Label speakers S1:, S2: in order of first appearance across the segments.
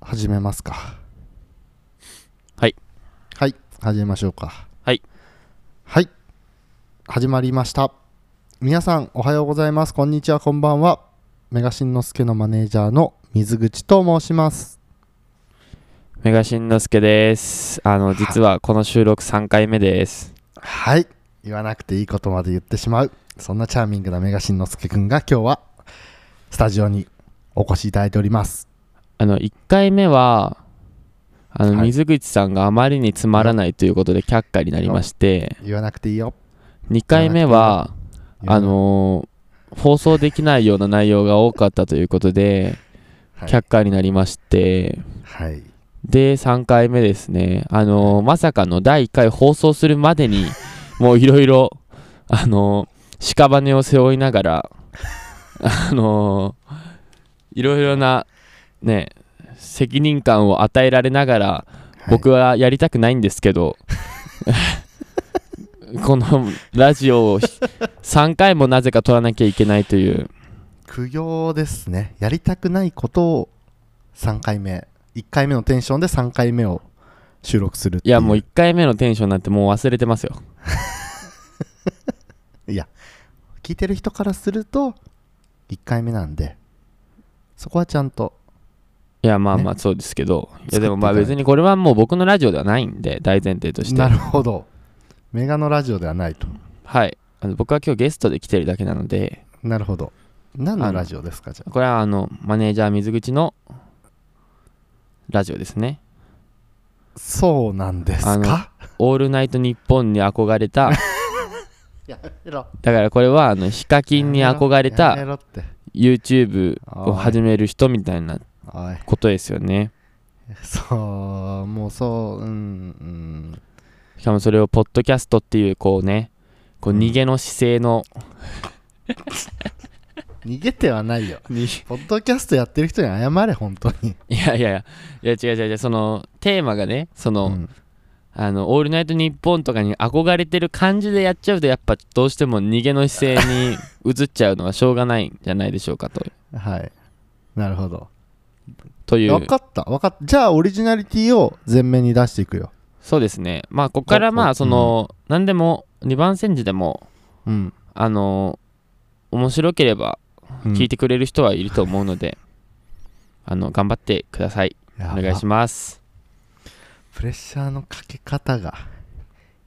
S1: 始めますか
S2: はい
S1: はい始めましょうか
S2: はい
S1: はい始まりました皆さんおはようございますこんにちはこんばんはメガシンのすけのマネージャーの水口と申します
S2: メガシンのすけです。あの、実はこの収録3回目です。
S1: はい言わなくていいことまで言ってしまうそんなチャーミングなメガシンのすけくんが今日はスタジオにお越しいただいております
S2: あの、1回目は、あの、
S1: はい
S2: 水口さんがあまりにつまらないということで却下になりまして、
S1: 言わなくていいよ
S2: 2回目は、
S1: 言わな
S2: あのー放送できないような内容が多かったということで、
S1: はい
S2: 却下になりまして、
S1: はい
S2: で、3回目ですね。あのーまさかの第1回放送するまでに、もういろいろ、あのー屍を背負いながら、あのーいろいろな、ね、責任感を与えられながら、僕はやりたくないんですけど、このラジオを3回もなぜか撮らなきゃいけないという、
S1: 苦行ですねやりたくないことを3回目1回目のテンションで3回目を収録するって
S2: いや、もう1回目のテンションなんてもう忘れてますよ。
S1: いや聞いてる人からすると1回目なんでそこはちゃんと
S2: いやまあ
S1: ね
S2: まあそうですけど、
S1: 作
S2: い
S1: っていかな
S2: や
S1: い
S2: でもまあ別にこれはもう僕のラジオではないんで大前提として
S1: なるほどメガのラジオではないと
S2: はいあの僕は今日ゲストで来てるだけなので
S1: なるほど何
S2: あ
S1: の
S2: の
S1: ラジオですかじゃあ
S2: これはあのマネージャー水口のラジオですね
S1: そうなんです
S2: あの
S1: か
S2: 「オールナイトニッポン」に憧 れた
S1: やめろ
S2: だからこれはあのヒカキンに憧れ
S1: やめ
S2: た
S1: ろって
S2: YouTube を始める人みたいな
S1: おい
S2: ことですよね
S1: そうもうそううん
S2: しかもそれをポッドキャストっていうこうねこう逃げの姿勢の、
S1: うん逃げてはないよ
S2: に
S1: ポッドキャストやってる人に謝れ本当に
S2: いやいやいやいや違う違う違うそのテーマがねその、
S1: うん
S2: あの「オールナイトニッポン」とかに憧れてる感じでやっちゃうとやっぱどうしても逃げの姿 勢に移っちゃうのはしょうがないんじゃないでしょうかと
S1: はいなるほど
S2: という
S1: 分かった分かったじゃあオリジナリティを前面に出していくよ
S2: そうですねまあここから
S1: お
S2: ま
S1: お
S2: あその、何でも2番煎じでも
S1: うん、
S2: あの面白ければ
S1: うん
S2: 聞いてくれる人はいると思うので、あの頑張ってください
S1: や
S2: お
S1: ば
S2: 願いします
S1: プレッシャーのかけ方が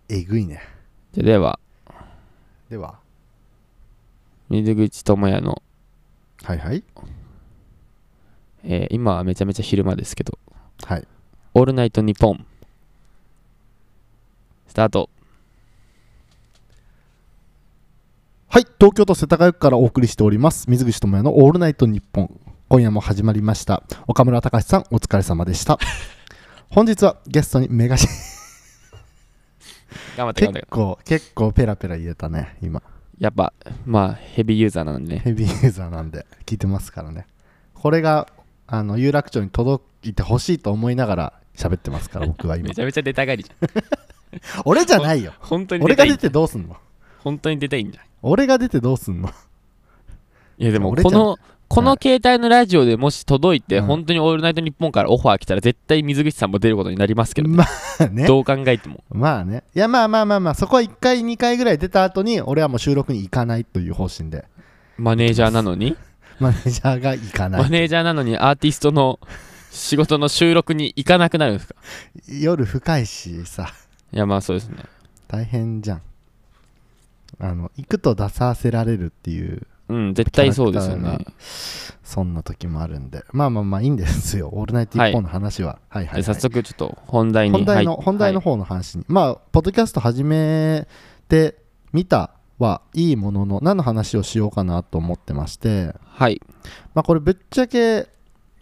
S1: えぐいね
S2: ででは
S1: では
S2: 水口智也の、
S1: はいはい
S2: えー今はめちゃめちゃ昼間ですけど
S1: はい
S2: 「オールナイトニッポン」スタート
S1: はい東京都世田谷区からお送りしております水口智也の「オールナイトニッポン」今夜も始まりました岡村隆史さんお疲れ様でした 本日はゲストにメガシ
S2: 頑張って頑張って
S1: 結構結構ペラペラ言えたね今
S2: やっぱまあヘビーユーザーなんでね
S1: ヘビーユーザーなんで聞いてますからねこれがあの有楽町に届いてほしいと思いながら喋ってます から僕は今
S2: めちゃめちゃ出たがりじゃん
S1: 俺じゃないよ
S2: 本当に
S1: 俺
S2: 出た
S1: が
S2: い
S1: 出てどうすんの
S2: 本当に出たいんじゃん
S1: 俺が出てどうすんの
S2: いやでも
S1: 俺
S2: こ
S1: じゃん
S2: のこの携帯のラジオでもし届いて、
S1: うん
S2: 本当に「オールナイトニッポン」からオファー来たら絶対水口さんも出ることになりますけど、ね、
S1: まあね
S2: どう考えても
S1: まあねいやまあまあまあまあそこは1回2回ぐらい出た後に俺はもう収録に行かないという方針で
S2: マネージャーなのに
S1: マネージャーが行かな
S2: マ
S1: い
S2: ネージャーなのにアーティストの仕事の収録に行かなくなるんですか
S1: 夜深いしさ
S2: いやまあそうですね
S1: 大変じゃんあの行くと出させられるっていう
S2: うん絶対そうですよ
S1: キャラ
S2: ね
S1: クそんな時もあるんでまあまあまあいいんです よ「オールナイト一本の話は、はい、はいはい
S2: で早速ちょっと本題に
S1: 本題の、
S2: はい
S1: 本題の
S2: はい
S1: 方の話に、まあポッドキャスト始めてみたはいいものの何の話をしようかなと思ってまして
S2: はい
S1: まあこれぶっちゃけ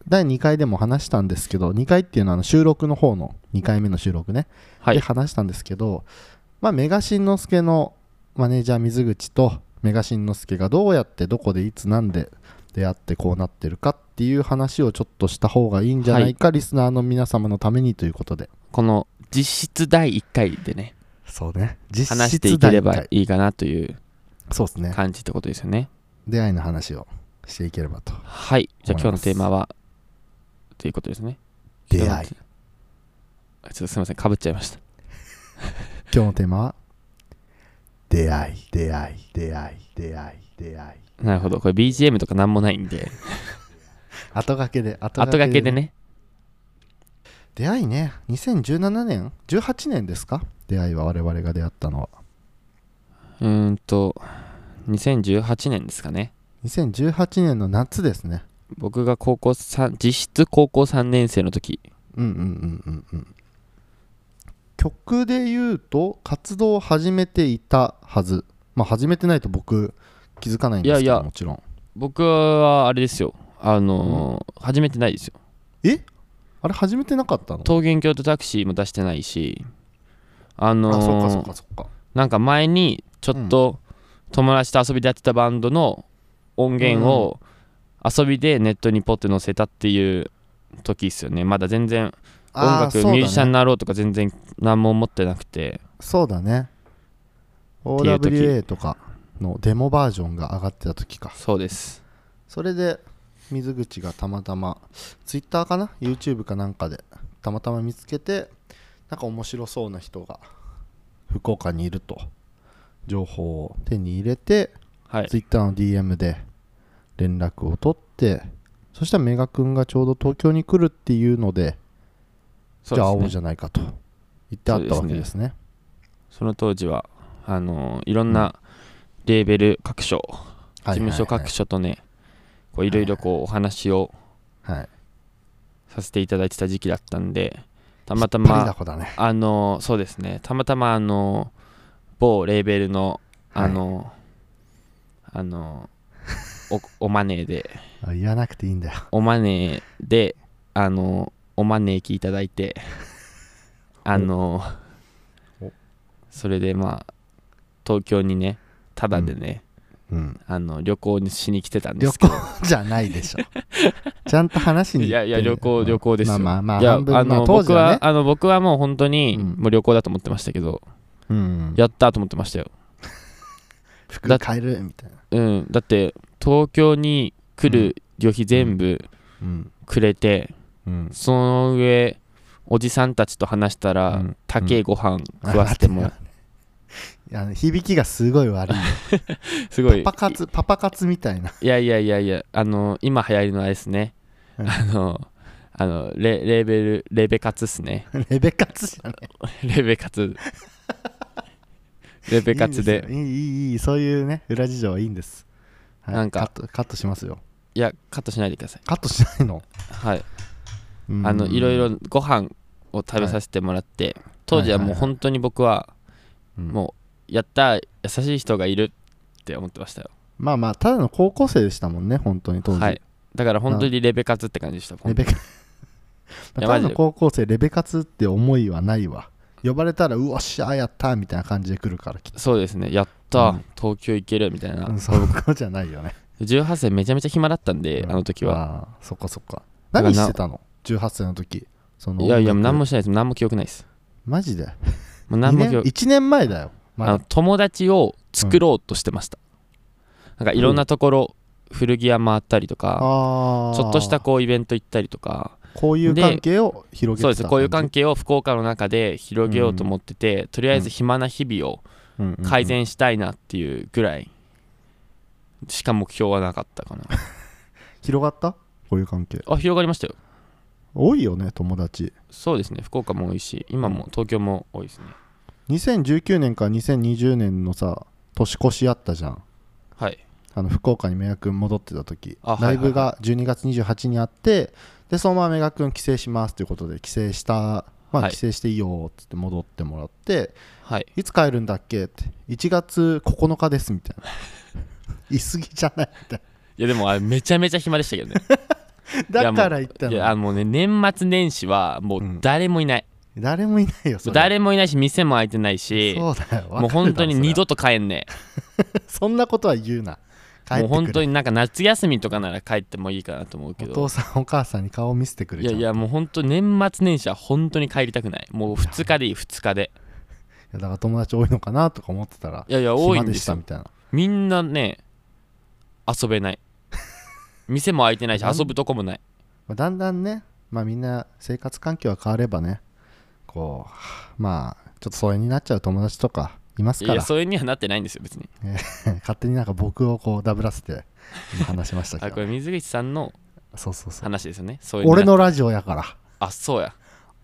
S1: 第2回でも話したんですけど2回っていうのはあの収録の方の2回目の収録ね、
S2: は
S1: で
S2: い
S1: 話したんですけどまあメガしんのすけのマネージャー水口とメガしんのすけがどうやってどこでいつなんで出会ってこうなってるかっていう話をちょっとした方がいいんじゃないか、リスナーの皆様のためにということで
S2: この実質第1回でね
S1: そうね実
S2: 話して
S1: 質
S2: いけ
S1: 第
S2: れ
S1: 一
S2: ば
S1: 回
S2: いいかなという
S1: そうですね
S2: 感じってことですよね。
S1: 出会いの話をしていければと
S2: はい。じゃあ今日のテーマは、ということですね。
S1: 出会い
S2: ちょっと待ってあちょっとすいませんかぶっちゃいました
S1: 今日のテーマは出会い出会い出会い出会い出会い
S2: なるほどこれ BGM とかなんもないん で
S1: 後掛けで後
S2: 後掛けでね
S1: 出会いね2017年18年ですか出会いは我々が出会ったのは
S2: うーんと2018年ですかね
S1: 2018年の夏ですね
S2: 僕が高校三実質高校3年生の時
S1: うんうんうんうんうん曲で言うと活動を始めていたはずまあ始めてないと僕気づかないんですけど
S2: いやいや
S1: もちろん
S2: 僕はあれですよあのー初めてないですよ
S1: あれ始めてなかったの
S2: 桃源郷とタクシーも出してないしあのー
S1: あそっかそっかそっか
S2: なんか前にちょっと友達と遊びでやってたバンドの音源を遊びでネットにポッて載せたっていう時ですよねまだ全然音
S1: あー
S2: 楽、
S1: そうだね
S2: ミュージシャンになろうとか全然何も思ってなくて
S1: そうだね
S2: ていう時
S1: OWA とかのデモバージョンが上がってた時か
S2: そうです
S1: それで水口がたまたま Twitter かな YouTube かなんかでたまたま見つけてなんか面白そうな人が福岡にいると情報を手に入れて
S2: はい
S1: Twitter の DM で連絡を取ってそしたらメガ君がちょうど東京に来るっていうので
S2: そう
S1: じゃあ
S2: です
S1: 会お
S2: ね
S1: うじゃないかと言ってあったわけですね
S2: その当時はあのーいろんなレーベル各所、
S1: はいはいはい
S2: 事務所各所とねこういろいろこうお話を
S1: はい
S2: させていただいてた時期だったんでたまた
S1: 引っ張りだ
S2: ま
S1: こだね
S2: あのそうですねたまたまあの某レーベルのあの、あのおおマネーで
S1: あ言わなくていいんだよ
S2: おマネーであのおマネーキいただいてあの
S1: お
S2: それでまあ東京にねただでね、
S1: うん
S2: あの旅行にしに来てたんで
S1: 旅
S2: すけ
S1: 行
S2: ど
S1: じゃないで しょちゃんと話に行って
S2: いやいや旅行旅行ですよ
S1: まあまあまあ
S2: いや
S1: 半分
S2: あ
S1: まあ
S2: の
S1: 当時
S2: 僕
S1: は
S2: は
S1: ね
S2: あの僕はもう本当に
S1: うん
S2: もう旅行だと思ってましたけど、
S1: うん
S2: やったと思ってましたよ、だ
S1: 服買えるみたいな
S2: うん、だって東京に来る旅費全部
S1: うん
S2: くれて、
S1: うん
S2: その上おじさんたちと話した
S1: う
S2: ら、
S1: ん
S2: 高えご飯食わせて も、
S1: ああの響きがすごい悪
S2: すご
S1: い
S2: い
S1: パパ活パパ活みたいない
S2: やいやいやいやあの今流行りのあれですね、
S1: うん
S2: あのあのレレーベルレーベ活っ すね
S1: レベ活じゃない
S2: レーベ活レーベ活で
S1: いいんすよいいいいいいそういうね裏事情はいいんですはい
S2: なんか
S1: カットカットしますよ
S2: いやカットしないでください
S1: カットしないの
S2: はい
S1: うん
S2: あのいろいろご飯を食べさせてもらって、当時はもう本当に僕は
S1: うん
S2: もうやった優しい人がいるって思ってましたよ
S1: まあまあただの高校生でしたもんね本当に当時
S2: はいだから本当にレベ活って感じでした
S1: レベカただ
S2: マジ
S1: の
S2: で
S1: 高校生レベ活って思いはないわ呼ばれたらうわっしゃーやったーみたいな感じで来るからきっ
S2: そうですねやった、
S1: うん
S2: 東京行けるみたいな、
S1: とそうこじゃないよね
S2: 18歳めちゃめちゃ暇だったんで、
S1: うん
S2: あの時は
S1: あーそっかそっか
S2: だから
S1: 何
S2: な
S1: してたの18歳の時その
S2: いやいや
S1: 音楽
S2: 何もしないです何も記憶ないです
S1: マジで
S2: もう
S1: 何
S2: 何も記憶
S1: 1年前だよま
S2: あの
S1: だ
S2: 友達を作ろうとしてました、なんかいろんなところ古着屋回ったりとか、
S1: あー
S2: ちょっとしたこうイベント行ったりとか
S1: こういう
S2: で
S1: 関係を広げ
S2: そう
S1: て
S2: で
S1: た
S2: すこういう関
S1: 係
S2: 係を福岡の中で広げようと思ってて、とりあえず暇な日々を改善したいなっていうぐらいしか目標はなかったかな
S1: 広がったこういう関係
S2: あ広がりましたよ
S1: 多いよね友達
S2: そうですね福岡も多いし今も東京も多いですね
S1: 2019年から2020年のさ年越しあったじゃん
S2: はい
S1: あの福岡にメガ君戻ってた時
S2: あはい
S1: ライブが12月28日にあってでそのままメガ君帰省しますということで帰省した、ま
S2: は
S1: あ、
S2: い
S1: 帰省していいよっつって戻ってもらって、
S2: はい
S1: い、つ帰るんだっけって1月9日ですみたいな 言い過ぎじゃないみたい
S2: いやでもあれめちゃめちゃ暇でした けどね
S1: なだから言った
S2: いやあ
S1: の
S2: のね年末年始はもう誰もいない、
S1: 誰もいないよそれ
S2: 誰もいないし店も開いてないし
S1: そうだよ
S2: もう本当に二
S1: わかるだろ
S2: 度と帰んね
S1: それはそんなことは言うな帰っ
S2: え
S1: て
S2: もう
S1: くれ
S2: 本当になんか夏休みとかなら帰ってもいいかなと思うけ
S1: お
S2: ど
S1: 父さんお母さんに顔見せてくれち
S2: い
S1: ゃ
S2: や
S1: う
S2: いやもう本当年末年始は本当に帰りたくないもう2日でいい2日で
S1: だから友達多いのかなとか思ってたら
S2: いやいや多い
S1: 暇
S2: ん
S1: で
S2: で
S1: し
S2: す
S1: た
S2: よ
S1: みたいな
S2: みんなね 遊べない店も開いてないし遊ぶとこもない
S1: まあだんだんね、まあみんな生活環境が変わればねこうまあちょっと疎遠になっちゃう友達とかいます
S2: い
S1: か
S2: や
S1: ら
S2: それにはなってないんですよ別に
S1: 勝手になんか僕をこうダブらせて今話しました け
S2: あこ
S1: ど
S2: れ水口さんの
S1: そうそうそう
S2: 話ですよねそういう
S1: 俺のラジオやから
S2: あそうや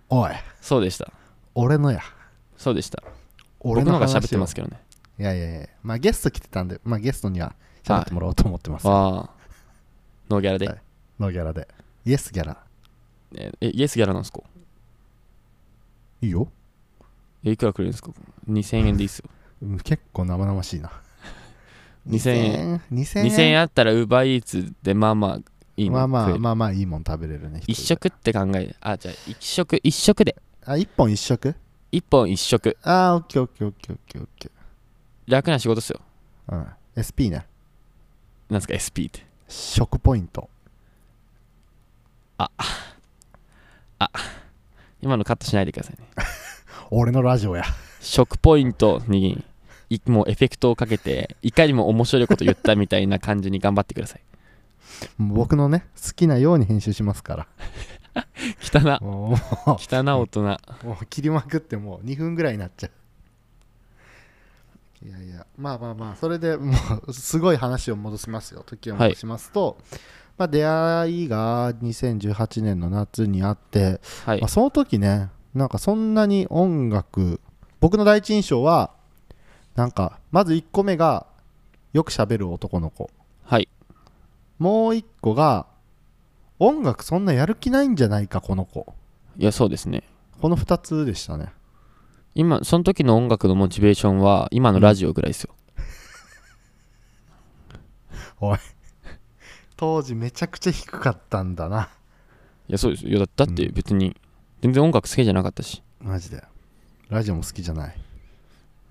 S1: おい
S2: そうでした
S1: 俺のや
S2: そうでした
S1: 俺
S2: 僕の
S1: の
S2: 方が
S1: 話を
S2: 喋ってますけどね
S1: いやいやいやまあゲスト来てたんでまあゲストには喋ってもらおうと思ってます、
S2: ああノーギャラで、
S1: はいノーギャラでイエスギャラ
S2: ええイエスギャラなんですか
S1: いいよ
S2: えいくらくれるんですか2000円でいいっすよ
S1: うん結構生々しいな
S2: 2000円
S1: 2000円
S2: 2000円あったらウーバーイーツでまあまあいいの
S1: まあま
S2: 食え
S1: あ
S2: る
S1: まあまあいいもん食べれるね
S2: 一
S1: 一人で
S2: 食って考えあじゃあ一食一食で
S1: あ一本一食
S2: 一本一食
S1: ああオッケーオッケーオッケーオッケーオッケ
S2: 楽な仕事っすよ
S1: ーうん SP ね
S2: なんすか SP って
S1: 食ポイント
S2: 今のカットしないでくださいね
S1: 俺のラジオや
S2: 食ポイントにいもうエフェクトをかけていかにも面白いこと言ったみたいな感じに頑張ってください
S1: 僕のね好きなように編集しますから
S2: 汚な
S1: もうも
S2: 汚な大人
S1: うもう切りまくってもう2分ぐらいになっちゃういやいやまあまあまあそれでもうすごい話を戻しますよ時を戻しますと、まあ、出会いが2018年の夏にあって、
S2: はい
S1: まあ、その時ねなんかそんなに音楽僕の第一印象はなんかまず1個目がよく喋る男の子
S2: はい
S1: もう1個が音楽そんなやる気ないんじゃないかこの子
S2: いやそうですね
S1: この2つでしたね
S2: 今その時の音楽のモチベーションは今のラジオぐらいですよ
S1: 当時めちゃくちゃ低かったんだない
S2: やそうですよいやだだって別に全然音楽好きじゃなかったし
S1: マジでラジオも好きじゃない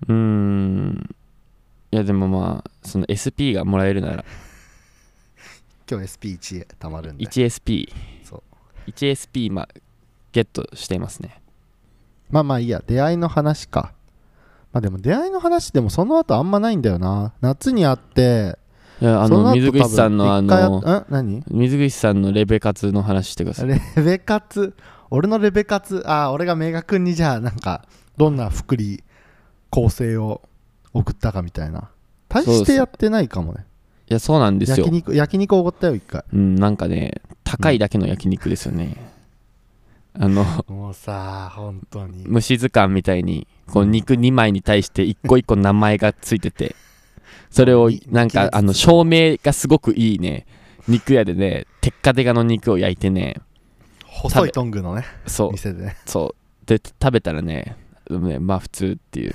S1: う
S2: ーんいやでもまあその SP がもらえるなら
S1: 今日 SP1 へたまるんで
S2: 1SP
S1: そう
S2: 1SP まあゲットしていますね
S1: まあまあいいや出会いの話かまあでも出会いの話でもその後あんまないんだよな夏にあって
S2: いやあ
S1: そ
S2: の
S1: 後
S2: 水口さんのあ
S1: 多分
S2: の
S1: 一回あん何
S2: 水口さんのレベ活の話してください
S1: レベカツ俺のレベカツああ俺がメガ君にじゃあなんかどんな福利構成を送ったかみたいな大
S2: そう
S1: し
S2: です
S1: てやってないかもね
S2: いやそうなんですよ
S1: 焼肉焼肉おごったよ一回
S2: うんなんかね高いだけの焼肉ですよね、あ の
S1: もうさ本当に
S2: 虫図鑑みたいにこう肉2枚に対して一個一個名前がついててそれを
S1: い
S2: なん
S1: い
S2: か
S1: きなり
S2: あの照明がすごくいいね肉屋でねテッカテカの肉を焼いてね
S1: 細いトングのね
S2: そう
S1: 店でね、
S2: そうで食べたらねでもねまあ普通っていう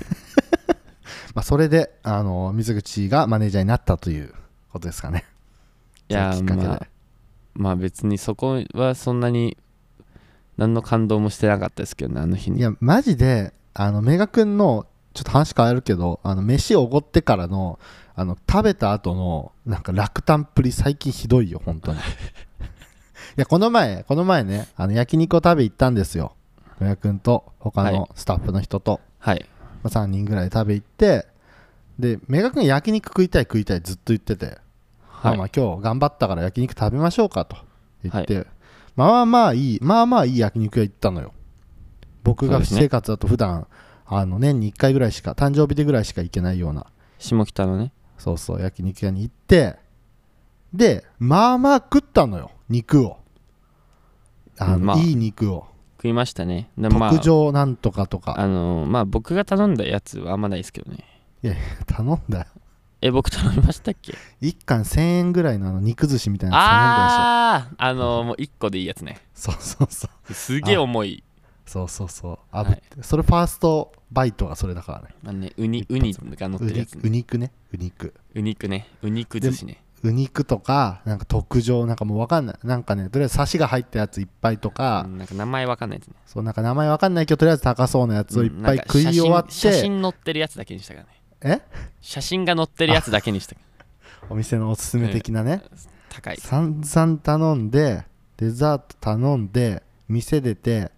S1: まあ、それであの水口がマネージャーになったということですかね
S2: いや
S1: そ
S2: ー
S1: のきっかけで、
S2: まあまあ別にそこはそんなに何の感動もしてなかったですけどねあの日
S1: い
S2: に
S1: やマジであのメガ君のちょっと話変えるけどあの飯おごってからのあの食べた後のなんか落胆っぷり最近ひどいよ本当にいやこの前この前ねあの焼肉を食べ行ったんですよメガ君と他
S2: は
S1: のスタッフの人と、
S2: はい
S1: まあ、3人ぐらいで食べ行ってでメガ君焼肉食いたい食いたいずっと言ってて、ま
S2: は
S1: あ
S2: い
S1: まあ今日頑張ったから焼肉食べましょうかと言って、まあまあまあいいまあまあいい焼肉屋行ったのよ僕
S2: そう
S1: が
S2: で
S1: 私
S2: すね
S1: 生活だと普段あの年に1回ぐらいしか誕生日でぐらいしか行けないような
S2: 下北のね
S1: そうそう焼肉屋に行ってでまあまあ食ったのよ肉をあの、
S2: まあ
S1: いい肉を
S2: 食いましたねでまあ
S1: 特上なんとかとか、
S2: あのーまあ僕が頼んだやつはあんまないですけどね
S1: 頼んだよ
S2: え僕頼みましたっけ
S1: 1貫1000円ぐらいのあの肉寿司みたいなや
S2: あああのーもう1個でいいやつね
S1: つ頼んだでしょそうそうそう
S2: すげえ重い
S1: そうそうそうあ
S2: はい
S1: それファーストバイトがそれだからね
S2: あのねウニウニが乗っ
S1: う
S2: てるや
S1: に
S2: つね
S1: うにくねうにく
S2: ウニクねウニク寿司ね
S1: うにくとかなんか特上なんかもう分かんないなんかねとりあえずサシが入ったやついっぱいとか、
S2: うんなんか名前わかんないやつね
S1: そうなんか名前分かんないけどとりあえず高そうなやつをいっ
S2: うん
S1: ぱい
S2: なんか
S1: 食い終わっ
S2: 写真写
S1: て、
S2: 真載ってるやつだけにしたからね
S1: え
S2: 写真が載ってるやつだけにしたか
S1: お店のおすすめ的なね、
S2: ら高い
S1: 散々頼んでデザート頼んで店出て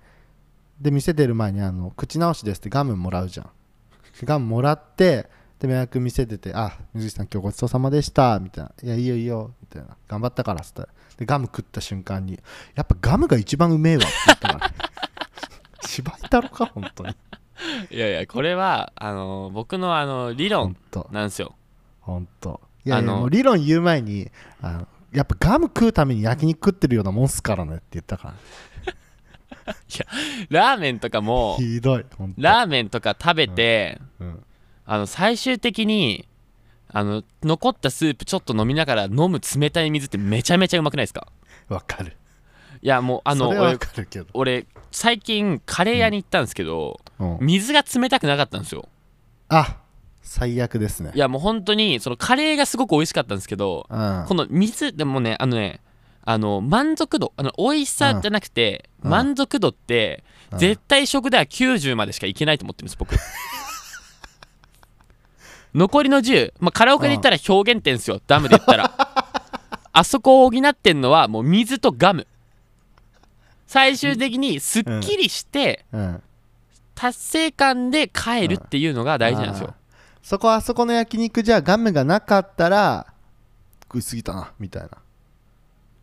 S1: で店出る前にあの口直しですってガムもらうじゃんガムもらってで迷惑見せてて「あ水木さん今日ごちそうさまでした」みたいな「いやいいよいいよ」みたいな「頑張ったから」っつったらでガム食った瞬間に「やっぱガムが一番うめえわ」って言 ったから芝居太郎か本当に
S2: いやいやこれはあの僕のあの理論
S1: 本当
S2: なんですよ
S1: 本当いやいや
S2: あの
S1: もう理論言う前にあのやっぱガム食うために焼肉食ってるようなもんっすからねって言ったか
S2: ラーメンとからも
S1: ひどい本当
S2: ラーメンとか食べて、
S1: うん
S2: あの最終的にあの残ったスープちょっと飲みながら飲む冷たい水ってめちゃめちゃうまくないですか
S1: わかる
S2: いやもうあの
S1: それはわ
S2: 俺
S1: かるけど、
S2: 俺最近カレー屋に行ったんですけど、
S1: うん、
S2: 水が冷たくなかったんですよ
S1: あ最悪ですね
S2: いやもう本当にそのカレーがすごく美味しかったんですけど、
S1: うん
S2: この水でもねあのねあの満足度あの美味しさじゃなくて、
S1: うん
S2: 満足度って、
S1: うん
S2: 絶対食では90までしかいけないと思ってるんです僕 残りの10、まあ、カラオケで言ったら表現点ですよダムで言ったらあそこを補ってんのはもう水とガム最終的にすっきりして
S1: うん
S2: 達成感で帰るっていうのが大事なんですよ、
S1: あーそこあそこの焼肉じゃガムがなかったら食いすぎたなみたい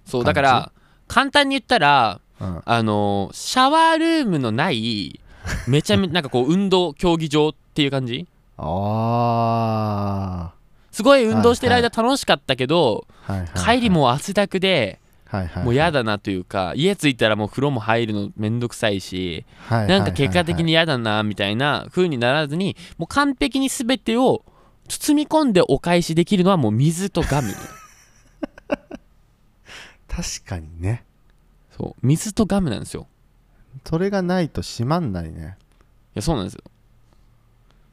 S2: そうだから簡単に言ったら
S1: な、うん、
S2: あのーシャワールームのないめちゃめちゃ なんかこう運動競技場っていう感じ
S1: あ
S2: すごい運動してる間
S1: は
S2: 楽しかったけど、
S1: ー、はいはいはい
S2: 帰り、もう汗だくで
S1: はいはいはい、
S2: もう嫌だなというか家着いたらもう風呂も入るのめんどくさいし
S1: はいはいはいはい、
S2: なんか結果的に嫌だなみたいな風にならずにもう完璧に全てを包み込んでお返しできるのはもう水とガム
S1: 確かにね
S2: そう水とガムなんですよ
S1: それがないと閉まんないね
S2: いやそうなんですよ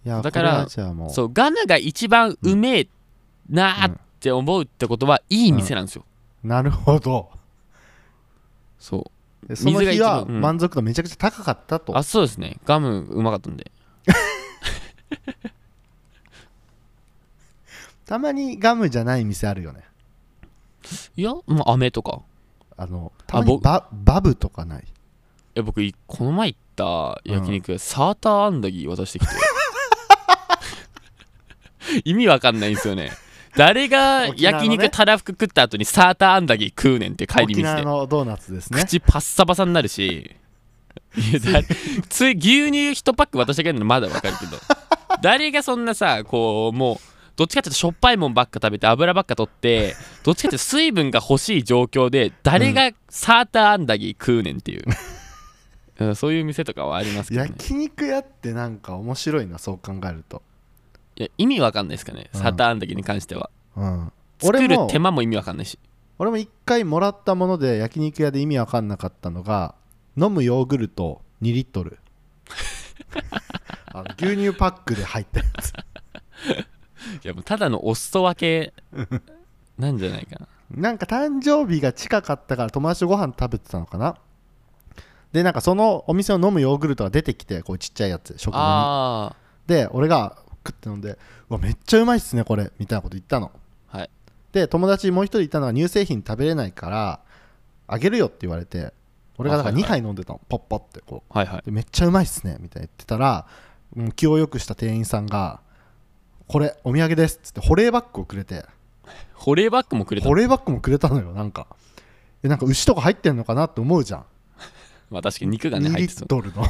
S1: いや
S2: だから
S1: これはじゃあもう
S2: そうガムが一番うめえなーって思うってことはいい店なんですよ、
S1: なるほど
S2: そう
S1: でその
S2: 水が
S1: 日
S2: 一
S1: は
S2: 番うん
S1: 満足度めちゃくちゃ高かったと、
S2: あそうですねガムうまかったんで
S1: たまにガムじゃない店あるよね
S2: いやまあ飴とか
S1: あのたまに
S2: 僕
S1: ババブとかない
S2: いや僕いこの前行った焼肉、サーターアンダギー渡してきて 意味わかんないんですよね誰が
S1: 沖縄の
S2: 焼
S1: ね
S2: 肉たらふく食った後にサーターアンダギー食うねんって帰り
S1: 沖
S2: 道
S1: 縄
S2: で、
S1: のドーナツですね
S2: 口パッサパサにな るしいやだ つい牛乳1パック渡してくれるのまだわかる けど誰がそんなさこうもうどっちかっていうとしょっぱいもんばっか食べて油ばっか取ってどっちかっていうと水分が欲しい状況で誰がサーターアンダギー食うねんっていう、 うんそういう店とかはありますけど、ね、
S1: 焼肉屋ってなんか面白いなそう考えると
S2: いや意味わかんないですかね
S1: うん
S2: サーターアンダギーに関しては、
S1: うん
S2: 作
S1: 俺
S2: る
S1: も
S2: 手間も意味わかんないし
S1: 俺も一回もらったもので焼肉屋で意味わかんなかったのが飲むヨーグルト2リッ トルあの牛乳パックで入ったやつ
S2: いやもうただのお裾分けなんじゃないか な
S1: なんか誕生日が近かったから友達とご飯食べてたのかなでなんかそのお店の飲むヨーグルトが出てきてこうちっちゃいやつ食後に
S2: ああ
S1: で俺が食って飲んで「うわめっちゃうまいっすねこれ」みたいなこと言ったの
S2: はい
S1: で友達もう一人いたのが乳製品食べれないからあげるよって言われて俺がだから2杯飲んでたのポッポってこう
S2: はいはい
S1: でめっちゃうまいっすねみたいな言ってたらもう気を良くした店員さんが「これお土産です」っつって保冷バッグをくれて
S2: 保冷バッグもくれた
S1: 保冷バッグもくれたのよなんかえなんか牛とか入ってんのかなって思うじゃん、
S2: まあ確かに肉がね
S1: 2
S2: 入
S1: リ
S2: ってそ
S1: ッ
S2: う
S1: トルの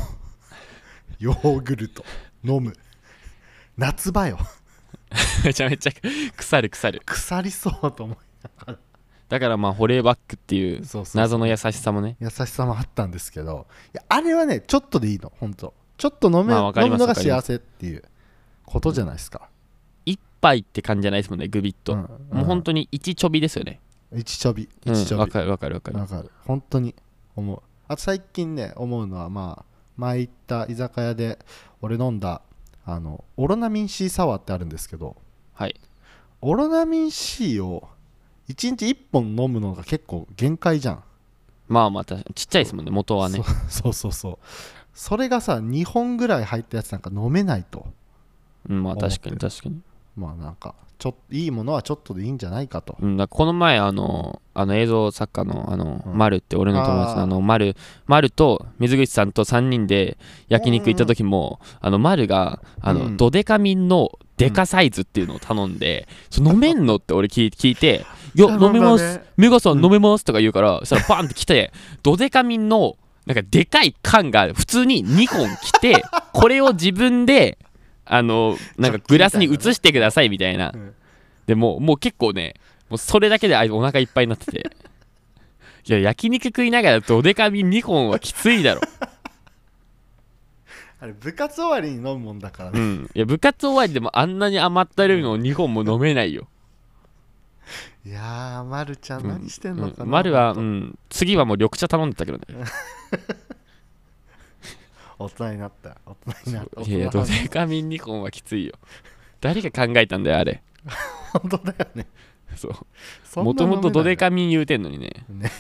S1: ヨーグルト飲む夏場よ
S2: めちゃめちゃ腐る腐る
S1: 腐りそうと思いながら
S2: だからまあ保冷バッグっていう
S1: そうそう
S2: 謎の優しさもね
S1: 優しさもあったんですけどいやあれはねちょっとでいいの本当ちょっと飲め、
S2: まあわかり
S1: 飲
S2: ま
S1: む
S2: す
S1: のが幸せっていうことじゃないですか、
S2: 一杯って感じじゃないですもんねグビッと、
S1: うんうん
S2: もう本当に一ちょびですよね
S1: 一ちょび
S2: うん
S1: 一ちょび、
S2: わかるわかるわかる
S1: わかる本当に思うあと最近ね思うのはまあ前行った居酒屋で俺飲んだあのオロナミン C サワーってあるんですけど
S2: はい
S1: オロナミン C を1日1本飲むのが結構限界じゃん
S2: まあまたちっちゃいですもんね元はね
S1: そそうそうそうそれがさ2本ぐらい入ったやつなんか飲めないと
S2: うんまあ確か
S1: 思
S2: に
S1: って
S2: 確かに、
S1: まあなんかちょっといいものはちょっとでいいんじゃないかと
S2: うん、だからこの前あのあの映像作家のあの、
S1: うん
S2: 丸って俺の友達
S1: あー
S2: のあの丸丸と水口さんと3人で焼肉行った時も、あの丸があの、
S1: うん
S2: ドデカミンのデカサイズっていうのを頼ん で、それ飲めんのって俺聞い聞いて「いや
S1: 頼んだね
S2: 飲めますメガさ
S1: うんん
S2: 飲めます」とか言うから、そしたらバンって来てドデカミンのなんかでかい缶が普通に2本来 てこれを自分であのなんかグラスに移してくださいみたいな、
S1: うん
S2: でもうもう結構ねもうそれだけであいつお腹いっぱいになって ていや焼肉食いながらドデカミン2本はきつい だろ
S1: あれ部活終わりに飲むもんだから
S2: う
S1: ね、
S2: ん、いや部活終わりでもあんなに余ったるいのを2本も飲めないよ、
S1: いやーまるちゃん
S2: うん
S1: 何してん
S2: う
S1: の
S2: ん
S1: かな、、
S2: 丸は、
S1: ほ
S2: うんん、次はもう緑茶頼んでたけどね
S1: と大人になった大人になった大
S2: いやいや
S1: 人
S2: ド
S1: になっ
S2: デカミン2本はきついよ誰が考えたんだよあれ
S1: た本当だよね
S2: そう
S1: そんな
S2: もともとドデ
S1: 飲
S2: カミン言うてんのにね、
S1: めない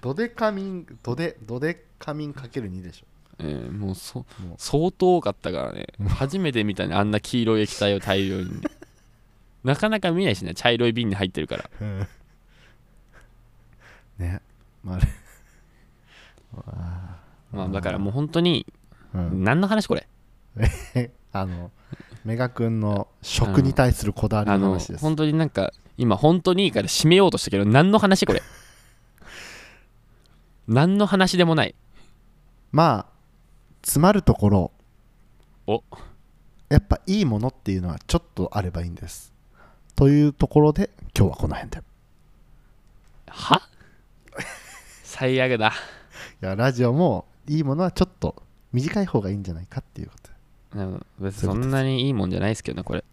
S1: ドデカミンドデドデカミンかける2でしょ
S2: えーもうそ
S1: もう
S2: 相当多かったからね初めて見たねあんな黄色い液体を 大量になかなか見ないしね茶色い瓶に入ってるから
S1: うんねまああれ
S2: まあだからもう本当に
S1: うん
S2: 何の話これ
S1: えあのメガ君の食に対するこだわり
S2: あ
S1: の
S2: の
S1: 話です
S2: 本当になんか今本当にいいから締めようとしたけど何の話こ れ何の話でもない
S1: まあ詰まるところ
S2: お
S1: やっぱいいものっていうのはちょっとあればいいんですというところで今日はこの辺で
S2: は最悪だ
S1: いやラジオもいいものはちょっと短い方がいいんじゃないかっていうこと
S2: うん別にそんなにいいもんじゃないですけどねこれ